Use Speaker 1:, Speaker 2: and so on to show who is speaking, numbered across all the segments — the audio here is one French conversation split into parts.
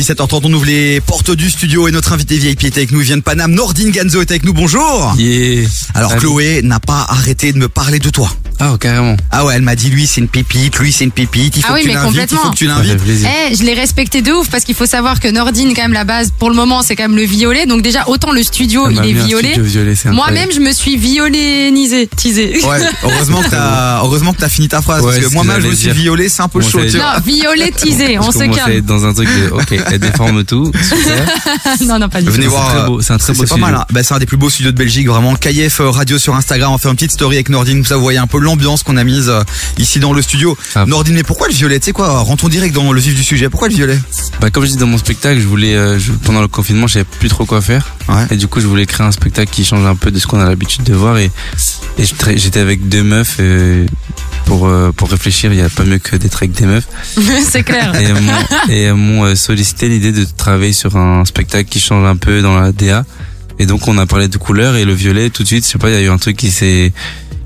Speaker 1: 17h30, on ouvre les portes du studio et notre invité VIP est avec nous, il vient de Paname. Nordine Ganzo est avec nous, bonjour
Speaker 2: Yeah.
Speaker 1: Alors
Speaker 2: Salut.
Speaker 1: Chloé n'a pas arrêté de me parler de toi.
Speaker 2: Ah, oh, carrément.
Speaker 1: Ah ouais, elle m'a dit lui c'est une pépite, lui c'est une pépite, il faut
Speaker 3: Ah oui,
Speaker 1: que tu
Speaker 3: mais
Speaker 1: l'invites, il faut
Speaker 3: complètement.
Speaker 1: que tu
Speaker 2: Ça fait
Speaker 1: l'invites.
Speaker 2: plaisir.
Speaker 3: Eh, je l'ai respecté de ouf parce qu'il faut savoir que Nordine, quand même, la base, pour le moment, c'est quand même le violet. Donc, déjà, autant le studio,
Speaker 2: Ça
Speaker 3: oh, il
Speaker 2: m'a
Speaker 3: est
Speaker 2: mis un
Speaker 3: violet.
Speaker 2: studio violet, c'est
Speaker 3: Moi-même, je me suis violénisée, teasée.
Speaker 1: Ouais, heureusement que t'as, heureusement que t'as fini ta phrase,
Speaker 2: Ouais,
Speaker 1: parce
Speaker 2: c'est
Speaker 1: que
Speaker 2: ce
Speaker 1: moi-même
Speaker 2: que
Speaker 1: je me
Speaker 2: j'allais
Speaker 1: suis
Speaker 2: dire.
Speaker 1: violé, c'est un peu
Speaker 2: Bon,
Speaker 1: chaud,
Speaker 2: ça y est.
Speaker 1: tu vois.
Speaker 3: Non, violétisée, on
Speaker 2: Parce
Speaker 3: se
Speaker 2: que moi, ça va
Speaker 3: calme.
Speaker 2: être dans un truc de, ok, elle déforme tout, super.
Speaker 3: non, non, pas du tout.
Speaker 1: Venez
Speaker 2: C'est
Speaker 1: voir,
Speaker 2: très
Speaker 1: euh,
Speaker 2: beau, c'est un très beau
Speaker 1: pas mal,
Speaker 2: studio.
Speaker 1: hein. Bah, c'est un des plus beaux studios de Belgique, vraiment. KF euh, Radio sur Instagram, on fait une petite story avec Nordine, comme ça vous voyez un peu l'ambiance qu'on a mise euh, ici dans le studio.
Speaker 2: Ah.
Speaker 1: Nordine, mais pourquoi le violet Tu sais quoi Rentrons direct dans le vif du sujet. Pourquoi le violet
Speaker 2: Bah, comme je dis dans mon spectacle, je voulais, euh, je- pendant le confinement, je savais plus trop quoi faire.
Speaker 1: Ouais.
Speaker 2: Et du coup, je voulais créer un spectacle qui change un peu de ce qu'on a l'habitude de voir. Et, et je tra- j'étais avec deux meufs euh, pour, euh, pour réfléchir. Il n'y a pas mieux que d'être avec des meufs.
Speaker 3: c'est clair.
Speaker 2: Et elles m'ont- et elles m'ont euh, sollicité l'idée de travailler sur un spectacle qui change un peu dans la DA. Et donc on a parlé de couleurs et le violet tout de suite, je sais pas, il y a eu un truc qui s'est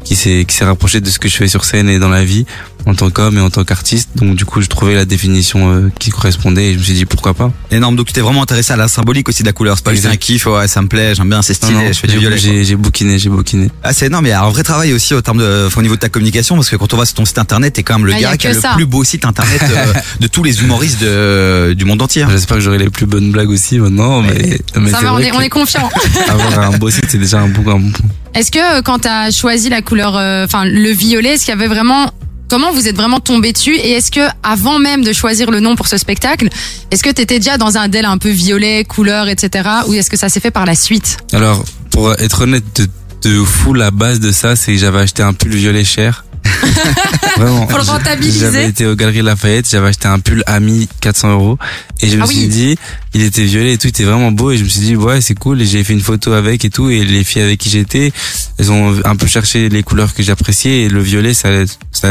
Speaker 2: qui s'est qui s'est rapproché de ce que je fais sur scène et dans la vie en tant qu'homme et en tant qu'artiste. Donc du coup, je trouvais la définition euh, qui correspondait et je me suis dit pourquoi pas.
Speaker 1: Énorme. Donc tu t'es vraiment intéressé à la symbolique aussi de la couleur. C'est pas juste
Speaker 2: Exact.
Speaker 1: un kiff. Ouais, ça me plaît. J'aime bien. C'est
Speaker 2: Non,
Speaker 1: stylé.
Speaker 2: non,
Speaker 1: je fais du
Speaker 2: j'ai-
Speaker 1: violet. quoi.
Speaker 2: J'ai j'ai bouquiné, j'ai bouquiné.
Speaker 1: Ah, c'est énorme. Il y a un vrai travail aussi au terme de, enfin, au niveau de ta communication, parce que quand on va sur ton site internet, t'es quand même le
Speaker 3: Ah, y a
Speaker 1: gars qui a
Speaker 3: que
Speaker 1: le
Speaker 3: ça.
Speaker 1: plus beau site internet euh, de tous les humoristes de- du monde entier.
Speaker 2: J'espère que j'aurai les plus bonnes blagues aussi maintenant, mais, mais
Speaker 3: Ça
Speaker 2: c'est
Speaker 3: va, on
Speaker 2: vrai
Speaker 3: est, on
Speaker 2: que
Speaker 3: est confiant.
Speaker 2: avoir un beau site, c'est déjà un bon un bon point.
Speaker 3: Est-ce que euh, quand t'as choisi la couleur, euh, enfin le violet, est-ce qu'il y avait vraiment Comment vous êtes vraiment tombé dessus Et est-ce que avant même de choisir le nom pour ce spectacle, est-ce que t'étais déjà dans un DEL un peu violet, couleur, etc. Ou est-ce que ça s'est fait par la suite
Speaker 2: Alors, pour être honnête, de, de fou, la base de ça, c'est que j'avais acheté un pull violet cher. Vraiment.
Speaker 3: Faut le rentabiliser.
Speaker 2: J'avais été aux Galeries Lafayette, j'avais acheté un pull ami 400 euros. Et je me
Speaker 3: Ah
Speaker 2: suis
Speaker 3: oui.
Speaker 2: dit, il était violet et tout, il était vraiment beau. Et je me suis dit, ouais, c'est cool. Et j'ai fait une photo avec et tout. Et les filles avec qui j'étais, elles ont un peu cherché les couleurs que j'appréciais. Et le violet, ça, ça,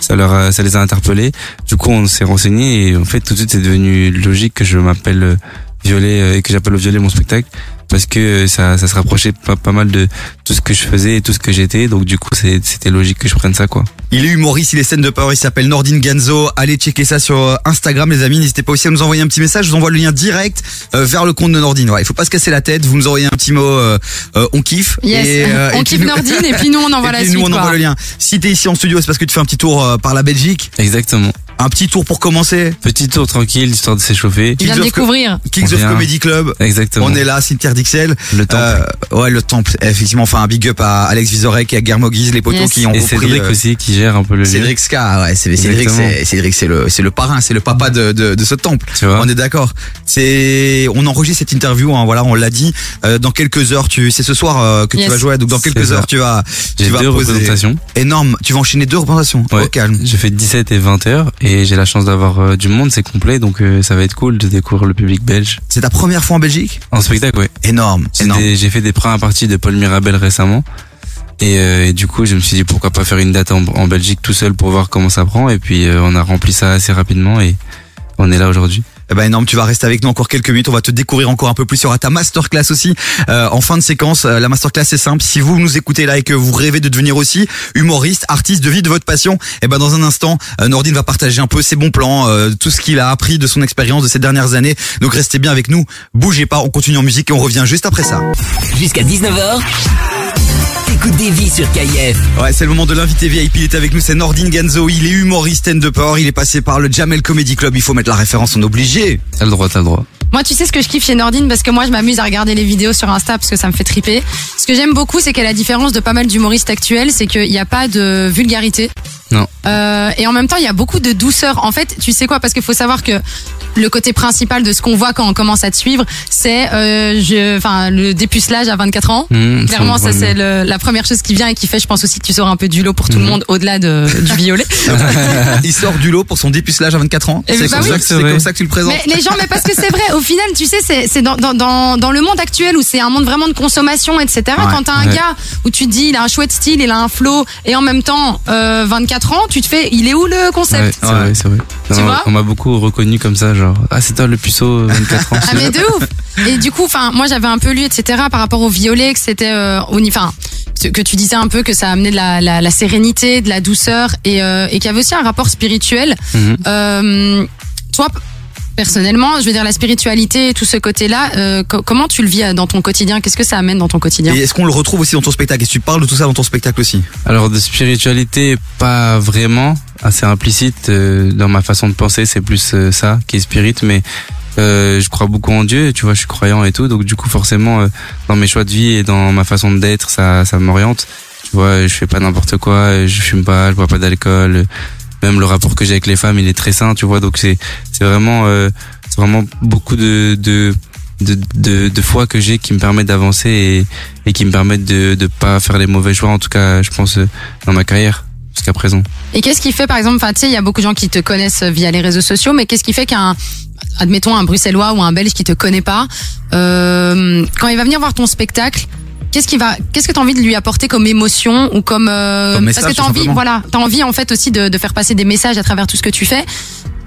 Speaker 2: ça, leur a- ça les a interpellés. Du coup, on s'est renseigné. Et en fait, tout de suite, c'est devenu logique que je m'appelle euh, violet euh, et que j'appelle au violet mon spectacle parce que euh, ça, ça se rapprochait pas, pas mal de tout ce que je faisais et tout ce que j'étais. Donc du coup, c'est- c'était logique que je prenne ça, quoi.
Speaker 1: Il est humoriste, il est scène de peur, il s'appelle Nordine Ganzo. Allez checker ça sur euh, Instagram les amis, n'hésitez pas aussi à nous envoyer un petit message, je vous envoie le lien direct euh, vers le compte de Nordine. Ouais, il faut pas se casser la tête, vous nous envoyez un petit mot euh, euh, on kiffe
Speaker 3: Yes.
Speaker 1: et, euh,
Speaker 3: on
Speaker 1: et puis
Speaker 3: kiffe
Speaker 1: nous-
Speaker 3: Nordine et puis nous on envoie
Speaker 1: et
Speaker 3: la
Speaker 1: puis
Speaker 3: suite.
Speaker 1: nous on
Speaker 3: quoi.
Speaker 1: envoie le lien. Si t'es ici en studio, c'est parce que tu fais un petit tour euh, par la Belgique.
Speaker 2: Exactement.
Speaker 1: Un petit tour pour commencer.
Speaker 2: Petit tour tranquille, histoire de s'échauffer.
Speaker 3: Il vient de
Speaker 1: Kids of Co-
Speaker 3: découvrir.
Speaker 1: Kings
Speaker 2: On
Speaker 1: of
Speaker 2: vient.
Speaker 1: Comedy Club.
Speaker 2: Exactement.
Speaker 1: On est là, Cynthia Dixel.
Speaker 2: le temps.
Speaker 1: Euh, ouais, le temple. Effectivement, enfin un big up à Alex Vizorek et à Guillermo Guise, les potos
Speaker 3: Yes.
Speaker 1: qui ont
Speaker 2: et
Speaker 1: repris,
Speaker 2: Cédric
Speaker 1: euh,
Speaker 2: aussi qui gère un peu le lieu.
Speaker 1: Cédric Ska, ouais, c'est Cédric,
Speaker 2: Exactement.
Speaker 1: c'est Cédric, c'est le, c'est le parrain, c'est le papa de, de, de ce temple.
Speaker 2: Tu vois.
Speaker 1: On est d'accord. C'est, on enregistre cette interview, hein, voilà, on l'a dit. Euh, dans quelques heures, tu, c'est ce soir euh, que tu
Speaker 3: Yes.
Speaker 1: vas jouer, donc dans
Speaker 2: C'est
Speaker 1: quelques
Speaker 2: ça.
Speaker 1: heures, tu vas, tu
Speaker 2: J'ai
Speaker 1: vas
Speaker 2: deux
Speaker 1: poser.
Speaker 2: représentations.
Speaker 1: Énorme. Tu vas enchaîner deux représentations.
Speaker 2: Ouais.
Speaker 1: Au calme.
Speaker 2: J'ai fait 17 et 20 heures et j'ai la chance d'avoir euh, du monde, c'est complet, donc euh, ça va être cool de découvrir le public belge.
Speaker 1: C'est ta première fois en Belgique.
Speaker 2: En spectacle, ouais.
Speaker 1: Énorme.
Speaker 2: J'ai
Speaker 1: Énorme.
Speaker 2: des- J'ai fait des premières parties de Paul Mirabel récemment. Et, euh, et du coup, je me suis dit pourquoi pas faire une date en, en Belgique tout seul pour voir comment ça prend. Et puis, euh, on a rempli ça assez rapidement et on est là aujourd'hui.
Speaker 1: Eh ben, énorme. Tu vas rester avec nous encore quelques minutes. On va te découvrir encore un peu plus. Il y aura ta masterclass aussi. Euh, en fin de séquence, euh, la masterclass c'est simple. Si vous nous écoutez là et que vous rêvez de devenir aussi humoriste, artiste, de vie de votre passion, eh ben dans un instant, euh, Nordine va partager un peu ses bons plans, euh, tout ce qu'il a appris de son expérience de ces dernières années. Donc restez bien avec nous. Bougez pas. On continue en musique et on revient juste après ça.
Speaker 4: Jusqu'à 19h, t'écoutes des vies sur KIF.
Speaker 1: Ouais, c'est le moment de l'invité VIP. Il est avec nous, c'est Nordine Ganzo. Il est humoriste de peur. Il est passé par le Jamel Comedy Club. Il faut mettre la référence. On est obligé.
Speaker 2: T'as le droit, t'as le droit.
Speaker 3: Moi, tu sais ce que je kiffe chez Nordine parce que moi, je m'amuse à regarder les vidéos sur Insta parce que ça me fait triper. Ce que j'aime beaucoup, c'est qu'à la différence de pas mal d'humoristes actuels, c'est qu'il n'y a pas de vulgarité.
Speaker 2: Non.
Speaker 3: Euh, et en même temps, il y a beaucoup de douceur. En fait, tu sais quoi Parce qu'il faut savoir que le côté principal de ce qu'on voit quand on commence à te suivre, c'est euh, je- enfin le dépucelage à 24 ans.
Speaker 2: Mmh,
Speaker 3: Clairement,
Speaker 2: me
Speaker 3: ça c'est le- la première chose qui vient et qui fait, je pense aussi que tu sors un peu du lot pour tout le
Speaker 1: Mm-hmm.
Speaker 2: Mhm.
Speaker 3: monde au-delà de, du violet.
Speaker 1: Il sort du lot pour son dépucelage à 24 ans.
Speaker 3: Eh
Speaker 1: C'est
Speaker 3: ben
Speaker 1: comme,
Speaker 3: oui.
Speaker 1: ça que- c'est
Speaker 2: C'est vrai.
Speaker 1: comme ça que tu le présentes.
Speaker 3: Mais les gens, mais parce que c'est vrai, au final, tu sais, c'est c'est dans, dans, dans, dans le monde actuel où c'est un monde vraiment de consommation, etc. Quand t'as un
Speaker 2: ouais.
Speaker 3: gars où tu te dis, il a un chouette style, il a un flow, et en même temps, euh, 24 ans, tu te fais, il est où le
Speaker 2: Ouais,
Speaker 3: concept
Speaker 2: c'est vrai, c'est vrai.
Speaker 3: Tu
Speaker 2: on
Speaker 3: vois
Speaker 2: on m'a beaucoup reconnu comme ça, genre, ah, c'est toi le puceau, 24 ans.
Speaker 3: Ah mais de ouf Et du coup, enfin, moi j'avais un peu lu, etc. Par rapport au violet, que c'était, euh, au ni- enfin, ce que tu disais un peu que ça amenait de la, la, la sérénité, de la douceur, et, euh, et qu'il y avait aussi un rapport spirituel.
Speaker 2: Mhm.
Speaker 3: Euh, toi, personnellement, je veux dire la spiritualité, tout ce côté-là, euh, co- comment tu le vis euh, dans ton quotidien Qu'est-ce que ça amène dans ton quotidien
Speaker 1: Et est-ce qu'on le retrouve aussi dans ton spectacle Est-ce que tu parles de tout ça dans ton spectacle aussi
Speaker 2: Alors de spiritualité, pas vraiment. Ah, C'est implicite euh, dans ma façon de penser. C'est plus euh, ça qui est spirit, mais euh, je crois beaucoup en Dieu. Tu vois, je suis croyant et tout. Donc du coup, forcément, euh, dans mes choix de vie et dans ma façon d'être, ça, ça m'oriente. Tu vois, je fais pas n'importe quoi. euh, Je fume pas, je bois pas d'alcool. euh, Même le rapport que j'ai avec les femmes, il est très sain. Tu vois, donc c'est c'est vraiment euh, c'est vraiment beaucoup de de de, de, de foi que j'ai qui me permettent d'avancer et, et qui me permettent de de pas faire les mauvais choix en tout cas je pense euh, dans ma carrière jusqu'à présent
Speaker 3: Et qu'est-ce qui fait, par exemple, enfin, tu sais, il y a beaucoup de gens qui te connaissent via les réseaux sociaux, mais qu'est-ce qui fait qu'un, admettons, un Bruxellois ou un Belge qui te connaît pas, euh, quand il va venir voir ton spectacle, qu'est-ce qui va, qu'est-ce que t'as envie de lui apporter comme émotion ou comme, euh,
Speaker 1: Comme
Speaker 3: parce
Speaker 1: message,
Speaker 3: que t'as
Speaker 1: tout
Speaker 3: envie,
Speaker 1: simplement.
Speaker 3: voilà, t'as envie en fait aussi de, de faire passer des messages à travers tout ce que tu fais.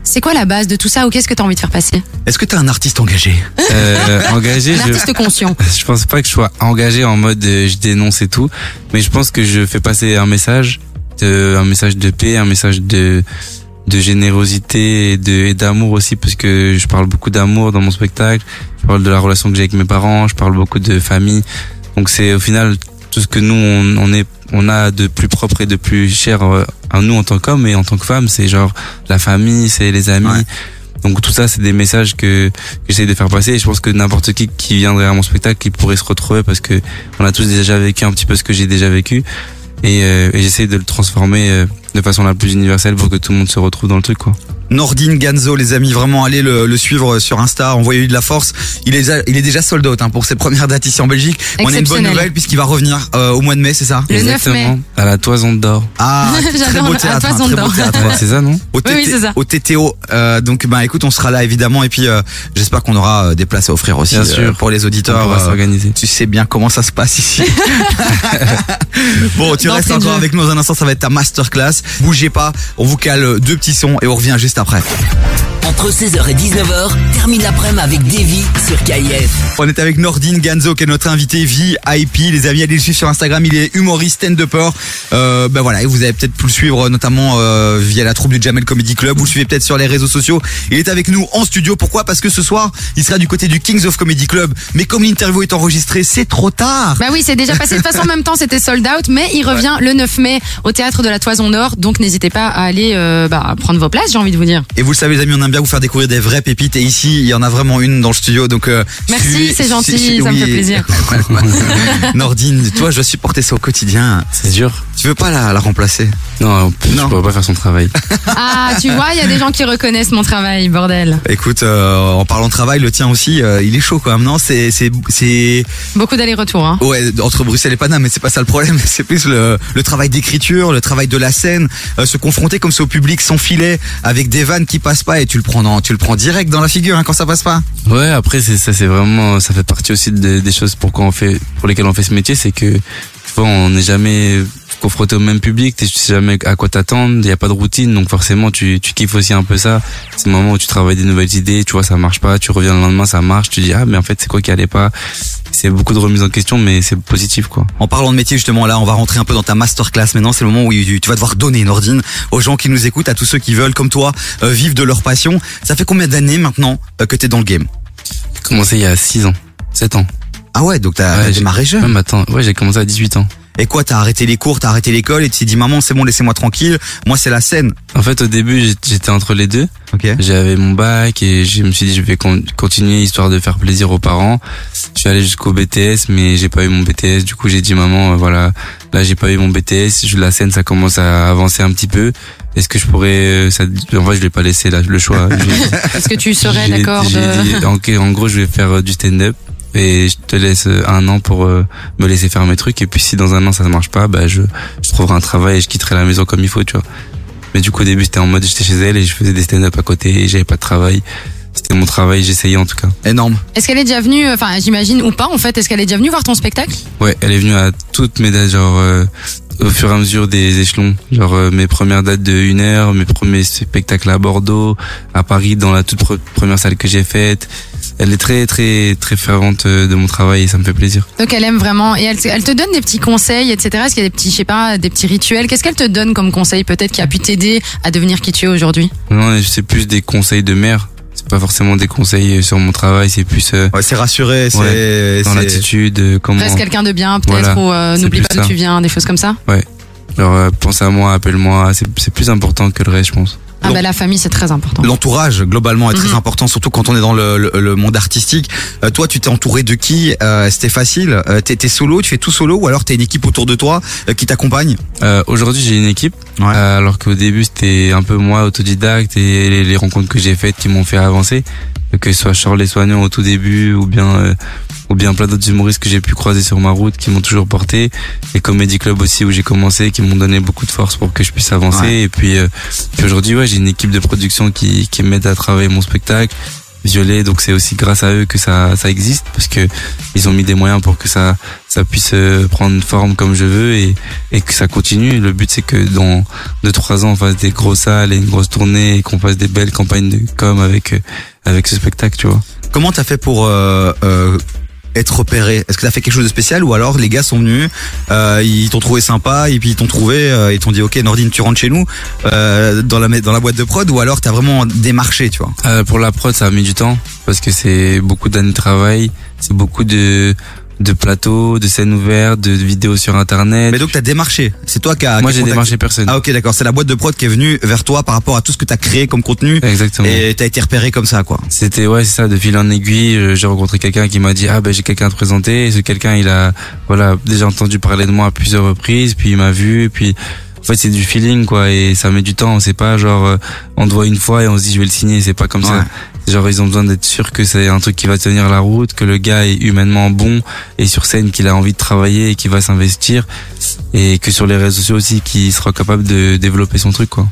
Speaker 3: C'est quoi la base de tout ça ou qu'est-ce que t'as envie de faire passer
Speaker 1: Est-ce que t'es un artiste engagé
Speaker 2: euh, engagé
Speaker 3: Un
Speaker 2: je
Speaker 3: artiste conscient.
Speaker 2: je pense pas que je sois engagé en mode euh, je dénonce et tout mais je pense que je fais passer un message de, un message de paix un message de de générosité et de et d'amour aussi parce que je parle beaucoup d'amour dans mon spectacle je parle de la relation que j'ai avec mes parents je parle beaucoup de famille donc c'est au final tout ce que nous on, on est on a de plus propre et de plus cher euh, à nous en tant qu'hommes et en tant que femmes c'est genre la famille c'est les amis
Speaker 1: Ouais.
Speaker 2: donc tout ça c'est des messages que, que j'essaie de faire passer et je pense que n'importe qui qui viendrait à mon spectacle il pourrait se retrouver parce que on a tous déjà vécu un petit peu ce que j'ai déjà vécu et, euh, et j'essaie de le transformer euh, de façon la plus universelle pour que tout le monde se retrouve dans le truc quoi.
Speaker 1: Nordine Ganzo, les amis, vraiment allez le, le suivre sur Insta, envoyez-lui de la force. Il est, déjà- il est déjà sold out hein, pour ses premières dates ici en Belgique. On a une bonne
Speaker 3: Exceptionnel.
Speaker 1: nouvelle puisqu'il va revenir euh, au mois de mai, c'est ça
Speaker 3: Le 9 mai.
Speaker 2: à la toison d'or.
Speaker 1: Ah, très
Speaker 3: J'adore
Speaker 1: beau
Speaker 3: le- à
Speaker 1: théâtre,
Speaker 3: toi,
Speaker 1: hein, très beau
Speaker 3: Zandor.
Speaker 1: théâtre.
Speaker 2: Ouais, c'est ça non
Speaker 1: Au,
Speaker 3: Oui, oui,
Speaker 1: TT
Speaker 3: c'est ça.
Speaker 1: au TTO. Euh, donc, bah, écoute, on sera là évidemment. Et puis, euh, j'espère qu'on aura euh, des places à offrir aussi
Speaker 2: Bien
Speaker 1: euh,
Speaker 2: sûr.
Speaker 1: pour les
Speaker 2: On
Speaker 1: auditeurs.
Speaker 2: pourra
Speaker 1: Euh,
Speaker 2: s'organiser.
Speaker 1: tu sais bien comment ça se passe ici. bon, tu
Speaker 3: D'entrée
Speaker 1: restes
Speaker 3: de
Speaker 1: encore
Speaker 3: jeu.
Speaker 1: avec nous dans un instant, ça va être ta masterclass. Bougez pas, on vous cale deux petits sons et on revient juste après.
Speaker 4: Entre 16h et 19h, termine l'après-midi avec Davy sur KIF.
Speaker 1: On est avec Nordine Ganzo qui est notre invité VIP. Les amis, allez le suivre sur Instagram. Il est humoriste, stand-upper. Euh, ben voilà, et vous avez peut-être pu le suivre euh, notamment euh, via la troupe du Jamel Comedy Club. Vous le suivez peut-être sur les réseaux sociaux. Il est avec nous en studio. Pourquoi Parce que ce soir, il sera du côté du Kings of Comedy Club. Mais comme l'interview est enregistrée, c'est trop tard.
Speaker 3: Bah oui, c'est déjà passé. De toute façon, en même temps, c'était sold out, mais il revient le 9 mai au théâtre de la Toison d'Or. Donc, n'hésitez pas à aller euh, bah, prendre vos places, j'ai envie de vous dire.
Speaker 1: Et vous le savez, les amis, on aime bien vous faire découvrir des vraies pépites. Et ici, il y en a vraiment une dans le studio. Donc euh,
Speaker 3: Merci,
Speaker 1: suivez-
Speaker 3: c'est gentil,
Speaker 1: su-
Speaker 3: ça me
Speaker 1: oui.
Speaker 3: fait plaisir.
Speaker 1: Nordine, toi, je dois supporter ça au quotidien.
Speaker 2: C'est dur.
Speaker 1: Tu veux pas la, la remplacer
Speaker 2: Non, pff,
Speaker 1: Non.
Speaker 2: je pourrais pas faire son travail.
Speaker 3: Ah, tu vois, il y a des gens qui reconnaissent mon travail, bordel.
Speaker 1: Écoute, euh, en parlant de travail, le tien aussi, euh, il est chaud quand même, non C'est, c'est, c'est,
Speaker 3: Beaucoup d'allers-retours. Hein.
Speaker 1: ouais, entre Bruxelles et Paname, mais c'est pas ça le problème. C'est plus le, le travail d'écriture, le travail de la scène, euh, se confronter comme ça au public sans filet, avec des vannes qui passent pas, et tu le prends, dans, tu le prends direct dans la figure hein, quand ça passe pas.
Speaker 2: Ouais, après c'est ça, c'est vraiment, ça fait partie aussi de- des choses pour on fait, pour lesquelles on fait ce métier, c'est que tu vois, on n'est jamais confronté au même public, tu sais jamais à quoi t'attendre, il n'y a pas de routine, donc forcément tu, tu kiffes aussi un peu ça. C'est le moment où tu travailles des nouvelles idées, tu vois, ça marche pas, tu reviens le lendemain, ça marche, tu dis ah mais en fait c'est quoi qui allait pas. C'est beaucoup de remise en question, mais c'est positif quoi.
Speaker 1: En parlant de métier justement, là, on va rentrer un peu dans ta masterclass. Maintenant, c'est le moment où tu vas devoir donner une ordine aux gens qui nous écoutent, à tous ceux qui veulent, comme toi, euh, vivre de leur passion. Ça fait combien d'années maintenant euh, que t'es dans le game
Speaker 2: J'ai commencé il y a 6 ans, 7 ans.
Speaker 1: Ah ouais, donc t'as
Speaker 2: Ouais, j'ai-
Speaker 1: démarré jeune.
Speaker 2: Même attends, ouais j'ai commencé à 18 ans.
Speaker 1: Et quoi, t'as arrêté les cours, t'as arrêté l'école et tu t'es dit maman, c'est bon, laissez-moi tranquille. Moi, c'est la scène.
Speaker 2: En fait au début j'étais- j'étais entre les deux.
Speaker 1: Ok.
Speaker 2: J'avais mon bac et je me suis dit je vais con- continuer histoire de faire plaisir aux parents. Je suis allé jusqu'au BTS mais j'ai pas eu mon BTS. Du coup j'ai dit maman euh, voilà là j'ai pas eu mon BTS. Je- La scène ça commence à avancer un petit peu. Est-ce que je pourrais euh, ça, en vrai je l'ai pas laissé là le choix. Je-
Speaker 3: Est-ce que tu serais
Speaker 2: j'ai-
Speaker 3: d'accord
Speaker 2: j'ai
Speaker 3: de...
Speaker 2: dit, ok, en gros je vais faire euh, du stand-up et je te laisse euh, un an pour euh, me laisser faire mes trucs et puis si dans un an ça ne marche pas bah je je trouverai un travail et je quitterai la maison comme il faut tu vois mais du coup au début j'étais en mode j'étais chez elle et je faisais des stand-up à côté et j'avais pas de travail c'était mon travail j'essayais en tout cas
Speaker 1: Énorme.
Speaker 3: Est-ce qu'elle est déjà venue, euh, enfin, j'imagine, ou pas, en fait, est-ce qu'elle est déjà venue voir ton spectacle
Speaker 2: ouais elle est venue à toutes mes dates genre euh, au fur et à mesure des échelons genre euh, mes premières dates de une heure mes premiers spectacles à Bordeaux à Paris dans la toute pre- première salle que j'ai faite elle est très très très fervente euh, de mon travail et ça me fait plaisir
Speaker 3: Donc, elle aime vraiment, et elle, elle te donne des petits conseils, etc. Est-ce qu'il y a des petits, je sais pas, des petits rituels Qu'est-ce qu'elle te donne comme conseil, peut-être, qui a pu t'aider à devenir qui tu es aujourd'hui
Speaker 2: Non, c'est plus des conseils de mère. C'est pas forcément des conseils euh, sur mon travail, c'est plus euh,
Speaker 1: Ouais, c'est rassuré, c'est
Speaker 2: dans
Speaker 1: c'est-
Speaker 2: l'attitude, euh, comment.
Speaker 3: Reste quelqu'un de bien, peut-être,
Speaker 2: Voilà,
Speaker 3: ou euh,
Speaker 2: c'est
Speaker 3: n'oublie
Speaker 2: plus
Speaker 3: pas d'où
Speaker 2: ça.
Speaker 3: tu viens, des choses comme ça.
Speaker 2: Genre, euh, pense à moi, appelle-moi, c'est c'est plus important que le reste, je pense.
Speaker 3: Ah
Speaker 1: Non.
Speaker 3: bah la famille, c'est très important.
Speaker 1: L'entourage globalement est très
Speaker 3: Mhm.
Speaker 1: important, surtout quand on est dans le, le- le monde artistique. Euh, toi, tu t'es entouré de qui Euh, C'était facile. Euh, t'es, t'es solo, tu fais tout solo, ou alors t'as une équipe autour de toi euh, qui t'accompagne
Speaker 2: Euh, Aujourd'hui, j'ai une équipe,
Speaker 1: Ouais.
Speaker 2: euh, alors qu'au début, c'était un peu moi, autodidacte, et les, les rencontres que j'ai faites qui m'ont fait avancer. Que ce soit Charles et Soignant au tout début, ou bien, euh, ou bien plein d'autres humoristes que j'ai pu croiser sur ma route, qui m'ont toujours porté. Les comédie clubs aussi où j'ai commencé, qui m'ont donné beaucoup de force pour que je puisse avancer.
Speaker 1: Ouais.
Speaker 2: Et puis, euh, puis aujourd'hui, ouais, j'ai une équipe de production qui, qui m'aide à travailler mon spectacle. Violet, donc c'est aussi grâce à eux que ça, ça existe parce que ils ont mis des moyens pour que ça, ça puisse euh, prendre forme comme je veux et, et que ça continue. Le but c'est que dans deux trois ans on fasse des grosses salles et une grosse tournée et qu'on fasse des belles campagnes de com avec euh, avec ce spectacle, tu vois.
Speaker 1: Comment t'as fait pour euh, euh, être repéré Est-ce que t'as fait quelque chose de spécial ou alors les gars sont venus, euh, ils t'ont trouvé sympa et puis ils t'ont trouvé, euh, ils t'ont dit ok Nordine tu rentres chez nous euh, dans la ma- dans la boîte de prod ou alors t'as vraiment démarché, tu vois
Speaker 2: Euh, pour la prod, ça a mis du temps parce que c'est beaucoup d'années de travail, c'est beaucoup de de plateaux, de scènes ouvertes, de vidéos sur internet.
Speaker 1: Mais donc t'as démarché C'est toi qui as
Speaker 2: Moi,
Speaker 1: qui as
Speaker 2: j'ai
Speaker 1: contacté-
Speaker 2: démarché personne.
Speaker 1: Ah ok d'accord, c'est la boîte de prod qui est venue vers toi par rapport à tout ce que t'as créé comme contenu
Speaker 2: Exactement.
Speaker 1: et t'as été repéré comme ça quoi.
Speaker 2: C'était ouais, c'est ça, de fil en aiguille, euh, j'ai rencontré quelqu'un qui m'a dit "Ah ben j'ai quelqu'un à te présenter." Et ce quelqu'un, il a voilà, déjà entendu parler de moi à plusieurs reprises, puis il m'a vu, et puis en fait, c'est du feeling quoi et ça met du temps, c'est pas genre euh, on te voit une fois et on se dit "Je vais le signer", c'est pas comme
Speaker 1: Ouais.
Speaker 2: ça. C'est Genre ils ont besoin d'être sûrs que c'est un truc qui va tenir la route, que le gars est humainement bon et sur scène qu'il a envie de travailler et qu'il va s'investir et que sur les réseaux sociaux aussi qu'il sera capable de développer son truc quoi.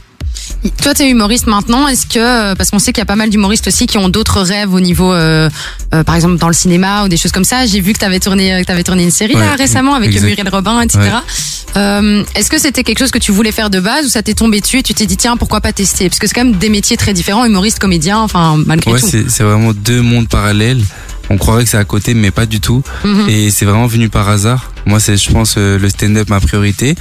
Speaker 3: Toi, t'es humoriste maintenant. Est-ce que euh, parce qu'on sait qu'il y a pas mal d'humoristes aussi qui ont d'autres rêves au niveau, euh, euh, par exemple dans le cinéma ou des choses comme ça. J'ai vu que t'avais tourné, euh, que t'avais tourné une série là,
Speaker 2: Ouais,
Speaker 3: récemment avec
Speaker 2: exact.
Speaker 3: Muriel Robin, etc.
Speaker 2: Ouais.
Speaker 3: Euh, Est-ce que c'était quelque chose que tu voulais faire de base ou ça t'est tombé dessus et tu t'es dit tiens pourquoi pas tester Parce que c'est quand même des métiers très différents, humoriste, comédien, enfin malgré
Speaker 2: Ouais,
Speaker 3: tout.
Speaker 2: c'est c'est vraiment deux mondes parallèles. On croirait que c'est à côté, mais pas du tout.
Speaker 3: Mhm.
Speaker 2: Et c'est vraiment venu par hasard. Moi, c'est, je pense, euh, le stand-up ma priorité.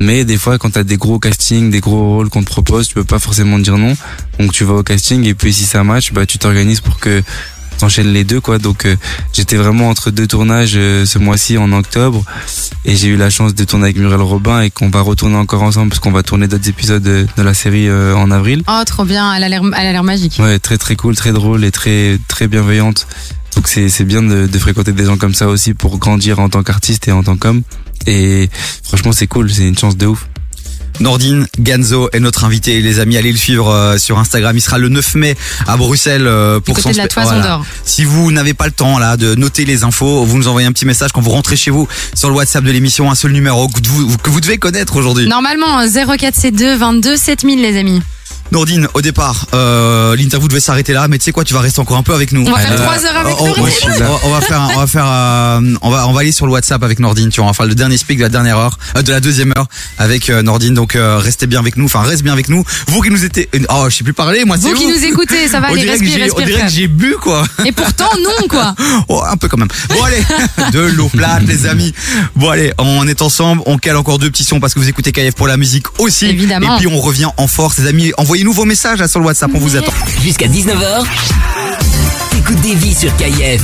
Speaker 2: Mais des fois, quand t'as des gros castings, des gros rôles qu'on te propose, tu peux pas forcément dire non. Donc tu vas au casting et puis si ça match, bah tu t'organises pour que t'enchaînes les deux quoi. Donc euh, j'étais vraiment entre deux tournages euh, ce mois-ci en octobre et j'ai eu la chance de tourner avec Muriel Robin et qu'on va retourner encore ensemble parce qu'on va tourner d'autres épisodes euh, de la série euh, en avril.
Speaker 3: Oh trop bien, elle a l'air, elle a l'air magique.
Speaker 2: Ouais, très très cool, très drôle et très très bienveillante. Donc c'est c'est bien de, de fréquenter des gens comme ça aussi pour grandir en tant qu'artiste et en tant qu'homme. Et franchement, c'est cool, c'est une chance de ouf.
Speaker 1: Nordine Ganzo est notre invité les amis, allez le suivre euh, sur Instagram, il sera le 9 mai à Bruxelles euh,
Speaker 3: Du
Speaker 1: pour son
Speaker 3: côté de la
Speaker 1: spe-
Speaker 3: toison
Speaker 1: voilà.
Speaker 3: d'or.
Speaker 1: Si vous n'avez pas le temps là de noter les infos, vous nous envoyez un petit message quand vous rentrez chez vous sur le WhatsApp de l'émission, un seul numéro que vous, que vous devez connaître aujourd'hui.
Speaker 3: Normalement hein, 04C2 22 7000 les amis.
Speaker 1: Nordine, au départ, euh, l'interview devait s'arrêter là, mais tu sais quoi, tu vas rester encore un peu avec nous.
Speaker 3: On va faire
Speaker 1: Euh,
Speaker 3: trois heures avec
Speaker 1: on-
Speaker 3: Nordine.
Speaker 1: on-
Speaker 2: Moi, je suis là.
Speaker 1: on- on va faire, un- on va faire, euh, on va, on va aller sur le WhatsApp avec Nordine. Tu vois, on va faire le dernier speak de la dernière heure, euh, de la deuxième heure avec euh, Nordine. Donc euh, restez bien avec nous. Enfin, reste bien avec nous. Vous qui nous étiez, oh, je sais plus parler. Moi, c'est
Speaker 3: Vous qui nous écoutez, ça va,
Speaker 1: on
Speaker 3: allez,
Speaker 1: dirait que
Speaker 3: respire,
Speaker 1: j'ai- on
Speaker 3: respire.
Speaker 1: dirait que
Speaker 3: frère.
Speaker 1: j'ai bu quoi.
Speaker 3: Et pourtant non quoi.
Speaker 1: Oh, un peu quand même. Bon allez, de l'eau plate les amis. Bon allez, on est ensemble, on cale encore deux petits sons parce que vous écoutez KF pour la musique aussi.
Speaker 3: Évidemment.
Speaker 1: Et puis on revient en force les amis. Envoyez-nous vos messages là, sur le WhatsApp, on vous attend.
Speaker 4: Jusqu'à 19h, t'écoutes des vies sur KIF.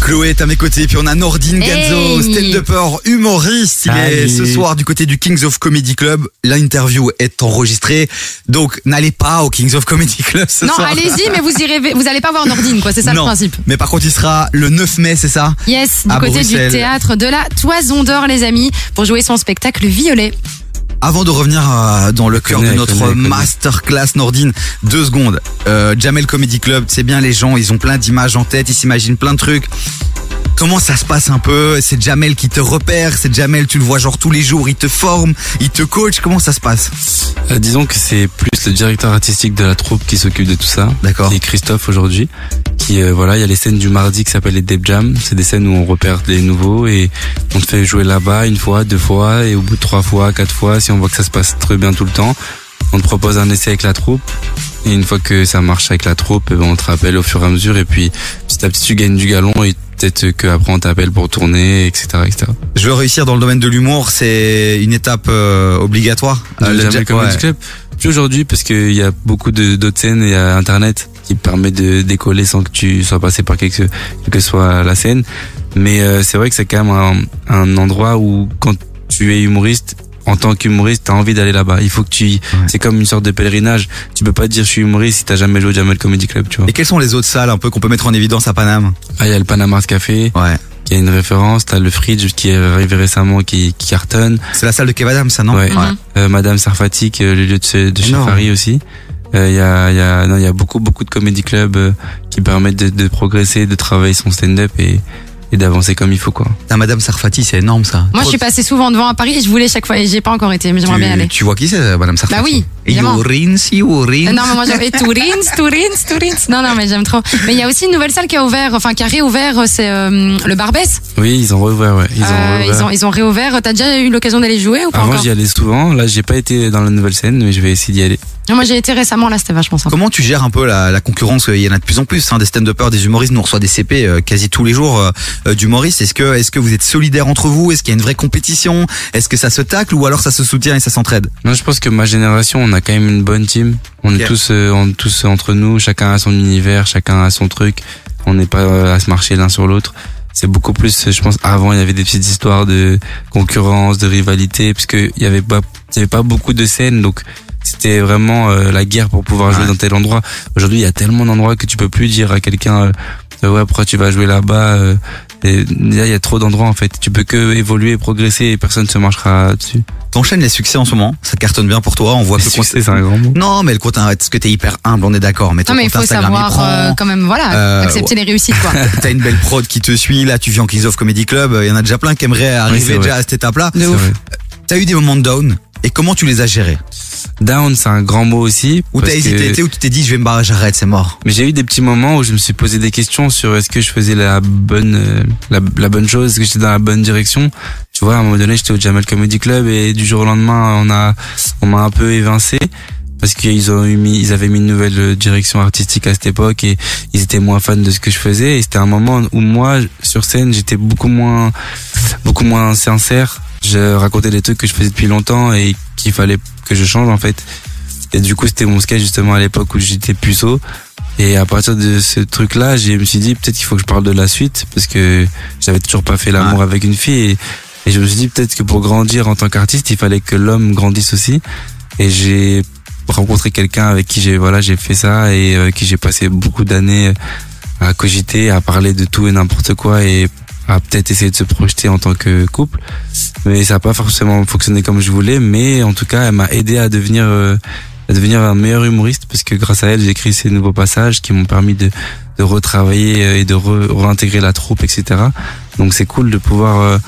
Speaker 1: Chloé est à mes côtés, puis on a Nordine Gazzo,
Speaker 3: Hey.
Speaker 1: stand-upper, humoriste. Il est
Speaker 2: Salut.
Speaker 1: ce soir du côté du Kings of Comedy Club. L'interview est enregistrée, donc n'allez pas au Kings of Comedy Club ce
Speaker 3: Non,
Speaker 1: soir.
Speaker 3: allez-y, mais vous irez, vous allez pas voir Nordine, quoi. C'est ça
Speaker 1: Non.
Speaker 3: le principe.
Speaker 1: Mais par contre, il sera le 9 mai, c'est ça
Speaker 3: Yes, du
Speaker 1: À
Speaker 3: côté
Speaker 1: Bruxelles.
Speaker 3: du théâtre de la Toison d'Or, les amis, pour jouer son spectacle Violet.
Speaker 1: Avant de revenir euh, dans le cœur de
Speaker 2: connais,
Speaker 1: notre
Speaker 2: connais, connais.
Speaker 1: masterclass Nordine, deux secondes. Euh, Jamel Comedy Club, c'est bien les gens, ils ont plein d'images en tête, ils s'imaginent plein de trucs. Comment ça se passe un peu C'est Jamel qui te repère, c'est Jamel, tu le vois genre tous les jours, il te forme, il te coach, comment ça se passe
Speaker 2: Euh, disons que c'est plus le directeur artistique de la troupe qui s'occupe de tout ça.
Speaker 1: D'accord.
Speaker 2: qui est Christophe aujourd'hui. Qui euh, voilà, il y a les scènes du mardi qui s'appellent les Deb Jam. C'est des scènes où on repère les nouveaux et on te fait jouer là-bas une fois, deux fois et au bout de trois fois, quatre fois, si on voit que ça se passe très bien tout le temps, on te propose un essai avec la troupe. Et une fois que ça marche avec la troupe, eh ben, on te rappelle au fur et à mesure et puis petit à petit tu gagnes du galon et peut-être qu'après on t'appelle pour tourner, etc., etc.
Speaker 1: Je veux réussir dans le domaine de l'humour, c'est une étape euh, obligatoire. Euh,
Speaker 2: de
Speaker 1: le
Speaker 2: Jamel
Speaker 1: Ja-
Speaker 2: Comedy
Speaker 1: ouais.
Speaker 2: Ah, Club. plus aujourd'hui parce qu'il y a beaucoup de- d'autres scènes et euh, Internet qui permet de décoller sans que tu sois passé par quelque, quelle que soit la scène. Mais euh, c'est vrai que c'est quand même un, un endroit où quand tu es humoriste, en tant qu'humoriste, t'as envie d'aller là-bas. Il faut que tu, y- c'est comme une sorte de pèlerinage. Tu peux pas te dire je suis humoriste si t'as jamais joué au Jamel Comedy Club, tu vois.
Speaker 1: Et quelles sont les autres salles un peu qu'on peut mettre en évidence à Paname
Speaker 2: Ah, il y a le Panama Café
Speaker 1: Ouais.
Speaker 2: qui a une référence. T'as le Fridge qui est arrivé récemment qui, qui cartonne.
Speaker 1: C'est la salle de Kev Adams, ça, non
Speaker 2: Ouais.
Speaker 3: Mhm.
Speaker 2: Euh, Madame Sarfati, qui est le lieu de, ce- de chez
Speaker 1: Énorme.
Speaker 2: Farid aussi. Euh, Il y, a, il y, a, non, il y a beaucoup, beaucoup de comédie clubs euh, qui permettent de, de progresser, de travailler son stand-up et, et d'avancer comme il faut. quoi.
Speaker 1: Putain, Ah, Madame Sarfati, c'est énorme ça.
Speaker 3: Moi, je suis passée souvent devant à Paris et je voulais chaque fois et j'ai pas encore été, mais j'aimerais
Speaker 1: tu,
Speaker 3: bien aller.
Speaker 1: tu vois qui c'est, euh, Madame Sarfati
Speaker 3: Bah oui, évidemment.
Speaker 1: You rinse, you rinse.
Speaker 3: Non, mais moi j'avais Tourins, Tourins, Tourins. Non, non, mais j'aime trop. Mais il y a aussi une nouvelle salle qui a ouvert, enfin qui a réouvert, c'est euh, le Barbès.
Speaker 2: Oui, ils ont rouvert. Ouais. Ils ont
Speaker 3: Euh,
Speaker 2: rouvert.
Speaker 3: ils, ont, ils ont réouvert. T'as déjà eu l'occasion d'aller jouer ou pas
Speaker 2: Avant,
Speaker 3: encore
Speaker 2: j'y allais souvent. Là, j'ai pas été dans la nouvelle scène, mais je vais essayer d'y aller.
Speaker 3: Non, Moi j'ai été récemment, là c'était vachement sympa.
Speaker 1: Comment tu gères un peu la, la concurrence Il y en a de plus en plus, hein, des stand-uppers, des humoristes. Nous on reçoit des CP euh, quasi tous les jours euh, euh, d'humoristes. Est-ce que, est-ce que vous êtes solidaires entre vous Est-ce qu'il y a une vraie compétition Est-ce que ça se tacle ou alors ça se soutient et ça s'entraide
Speaker 2: Non, je pense que ma génération, on a quand même une bonne team. On
Speaker 1: Ok.
Speaker 2: est tous, euh, on, tous entre nous. Chacun a son univers, chacun a son truc. On n'est pas euh, à se marcher l'un sur l'autre. C'est beaucoup plus, euh, je pense. Avant, il y avait des petites histoires de concurrence, de rivalité, parce que il y avait pas, il y avait pas beaucoup de scènes, donc c'était vraiment euh, la guerre pour pouvoir jouer
Speaker 1: Ouais.
Speaker 2: dans tel endroit. Aujourd'hui, il y a tellement d'endroits que tu peux plus dire à quelqu'un, euh, Euh, ouais, pourquoi tu vas jouer là-bas. euh, et Là, il y a trop d'endroits en fait. Tu peux que évoluer, progresser, et personne ne se marchera dessus.
Speaker 1: T'enchaînes les succès en ce moment. Ça cartonne bien pour toi. On voit
Speaker 2: Le
Speaker 1: que le compte-
Speaker 2: succès, c'est un grand mot.
Speaker 1: Non, mais le compte arrête. Parce que t'es hyper humble, on est d'accord. Mais ton
Speaker 3: Non, mais il
Speaker 1: compte
Speaker 3: faut
Speaker 1: Instagram, il
Speaker 3: savoir
Speaker 1: prend.
Speaker 3: euh, quand même, voilà,
Speaker 1: Euh,
Speaker 3: accepter les réussites quoi.
Speaker 1: T'as une belle prod qui te suit. Là, tu vis en Kings of Comedy Club. euh, Il y en a déjà plein qui aimeraient arriver
Speaker 2: c'est vrai.
Speaker 1: déjà à cette étape-là.
Speaker 2: C'est vrai.
Speaker 1: T'as eu des moments de down. Et comment tu les as gérés
Speaker 2: Down, c'est un grand mot aussi.
Speaker 1: Ou t'as
Speaker 2: parce
Speaker 1: hésité,
Speaker 2: que-
Speaker 1: ou tu t'es dit, je vais me barrer, j'arrête, c'est mort.
Speaker 2: Mais j'ai eu des petits moments où je me suis posé des questions sur est-ce que je faisais la bonne, euh, la, la bonne chose, est-ce que j'étais dans la bonne direction. Tu vois, à un moment donné, j'étais au Jamel Comedy Club et du jour au lendemain, on a, on m'a un peu évincé parce qu'ils ont eu mis, ils avaient mis une nouvelle euh, direction artistique à cette époque et ils étaient moins fans de ce que je faisais et c'était un moment où moi, sur scène, j'étais beaucoup moins, beaucoup moins sincère. Je racontais des trucs que je faisais depuis longtemps et qu'il fallait que je change en fait. Et du coup, c'était mon sketch justement à l'époque où j'étais puceau. Et à partir de ce truc-là, j'ai- je me suis dit peut-être qu'il faut que je parle de la suite parce que j'avais toujours pas fait l'amour avec une fille et, et je me suis dit peut-être que pour grandir en tant qu'artiste, il fallait que l'homme grandisse aussi. Et j'ai rencontré quelqu'un avec qui j'ai voilà j'ai fait ça et euh, avec qui j'ai passé beaucoup d'années à cogiter, à parler de tout et n'importe quoi et à peut-être essayer de se projeter en tant que couple. Mais ça n'a pas forcément fonctionné comme je voulais, mais en tout cas, elle m'a aidé à devenir euh, à devenir un meilleur humoriste parce que grâce à elle, j'ai écrit ces nouveaux passages qui m'ont permis de, de retravailler euh, et de re- réintégrer la troupe, etc. Donc c'est cool de pouvoir euh,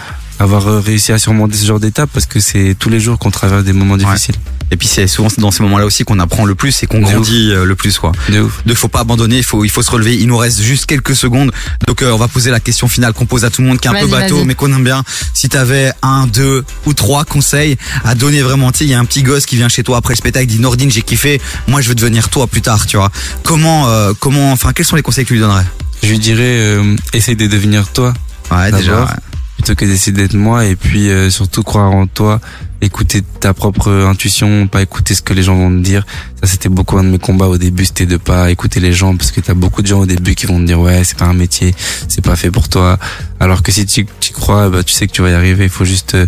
Speaker 2: avoir euh, réussi à surmonter ce genre d'étape parce que c'est tous les jours qu'on traverse des moments difficiles.
Speaker 1: Et puis c'est souvent dans ces moments-là aussi qu'on apprend le plus et qu'on
Speaker 2: De ouf.
Speaker 1: grandit euh, le plus quoi.
Speaker 2: De ouf.
Speaker 1: Donc faut pas abandonner, il faut il faut se relever. Il nous reste juste quelques secondes, donc euh, on va poser la question finale qu'on pose à tout le monde, qui est un peu
Speaker 3: Vas-y,
Speaker 1: bateau
Speaker 3: vas-y.
Speaker 1: mais qu'on aime bien. Si t'avais un, deux ou trois conseils à donner vraiment, tu sais, il y a un petit gosse qui vient chez toi après le spectacle, dit Nordine j'ai kiffé, moi je veux devenir toi plus tard, tu vois. Comment euh, comment, enfin quels sont les conseils que tu lui donnerais
Speaker 2: Je lui dirais, euh, essaye de devenir toi
Speaker 1: Ouais déjà.
Speaker 2: D'abord,
Speaker 1: ouais.
Speaker 2: plutôt que d'essayer d'être moi et puis euh, surtout croire en toi écouter ta propre intuition pas écouter ce que les gens vont te dire ça c'était beaucoup un de mes combats au début c'était de pas écouter les gens parce que t'as beaucoup de gens au début qui vont te dire ouais c'est pas un métier c'est pas fait pour toi alors que si tu tu y crois bah tu sais que tu vas y arriver il faut juste euh,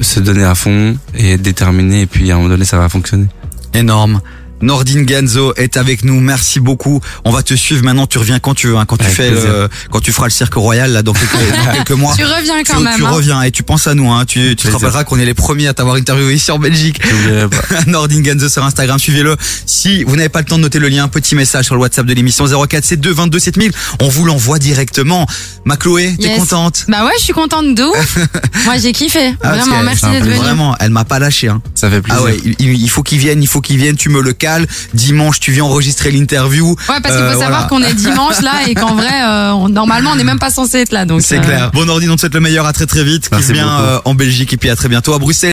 Speaker 2: se donner à fond et être déterminé et puis à un moment donné ça va fonctionner
Speaker 1: Énorme. Nordine Ganzo est avec nous. Merci beaucoup. On va te suivre maintenant. Tu reviens quand tu veux. hein, quand tu
Speaker 2: Avec
Speaker 1: fais,
Speaker 2: plaisir.
Speaker 1: le- quand tu feras le cirque royal là dans quelques, dans quelques mois.
Speaker 3: Tu reviens
Speaker 1: tu,
Speaker 3: quand même.
Speaker 1: tu
Speaker 3: hein.
Speaker 1: reviens et tu penses à nous. Hein. Tu, tu te
Speaker 2: Plaisir.
Speaker 1: rappelleras qu'on est les premiers à t'avoir interviewé ici en Belgique.
Speaker 2: J'oublierai pas.
Speaker 1: Nordin Ganzo sur Instagram, suivez-le. Si vous n'avez pas le temps de noter le lien, petit message sur le WhatsApp de l'émission 04 C2 22 7000. On vous l'envoie directement. Ma Chloé, t'es
Speaker 3: Yes.
Speaker 1: contente
Speaker 3: Bah ouais, je suis contente d'où. Moi j'ai kiffé.
Speaker 1: Ah, parce
Speaker 3: Vraiment,
Speaker 1: que-
Speaker 3: merci
Speaker 2: c'est un
Speaker 3: d'être
Speaker 2: peu
Speaker 3: venu.
Speaker 1: Vraiment, elle m'a pas lâché. Hein.
Speaker 2: ça fait plaisir
Speaker 1: Ah ouais, il, il- il faut qu'il vienne, il faut qu'il vienne. Tu me le cales. Dimanche, tu viens enregistrer l'interview.
Speaker 3: Ouais, parce qu'il
Speaker 1: Euh,
Speaker 3: faut
Speaker 1: voilà.
Speaker 3: savoir qu'on est dimanche là et qu'en vrai, euh, on- normalement, on n'est même pas censé être là. donc
Speaker 1: C'est
Speaker 3: euh,
Speaker 1: clair. Bon Nordine, on te souhaite le meilleur. À très très vite.
Speaker 2: Merci
Speaker 1: Kiffe bien
Speaker 2: beaucoup.
Speaker 1: euh, en Belgique et puis à très bientôt à Bruxelles.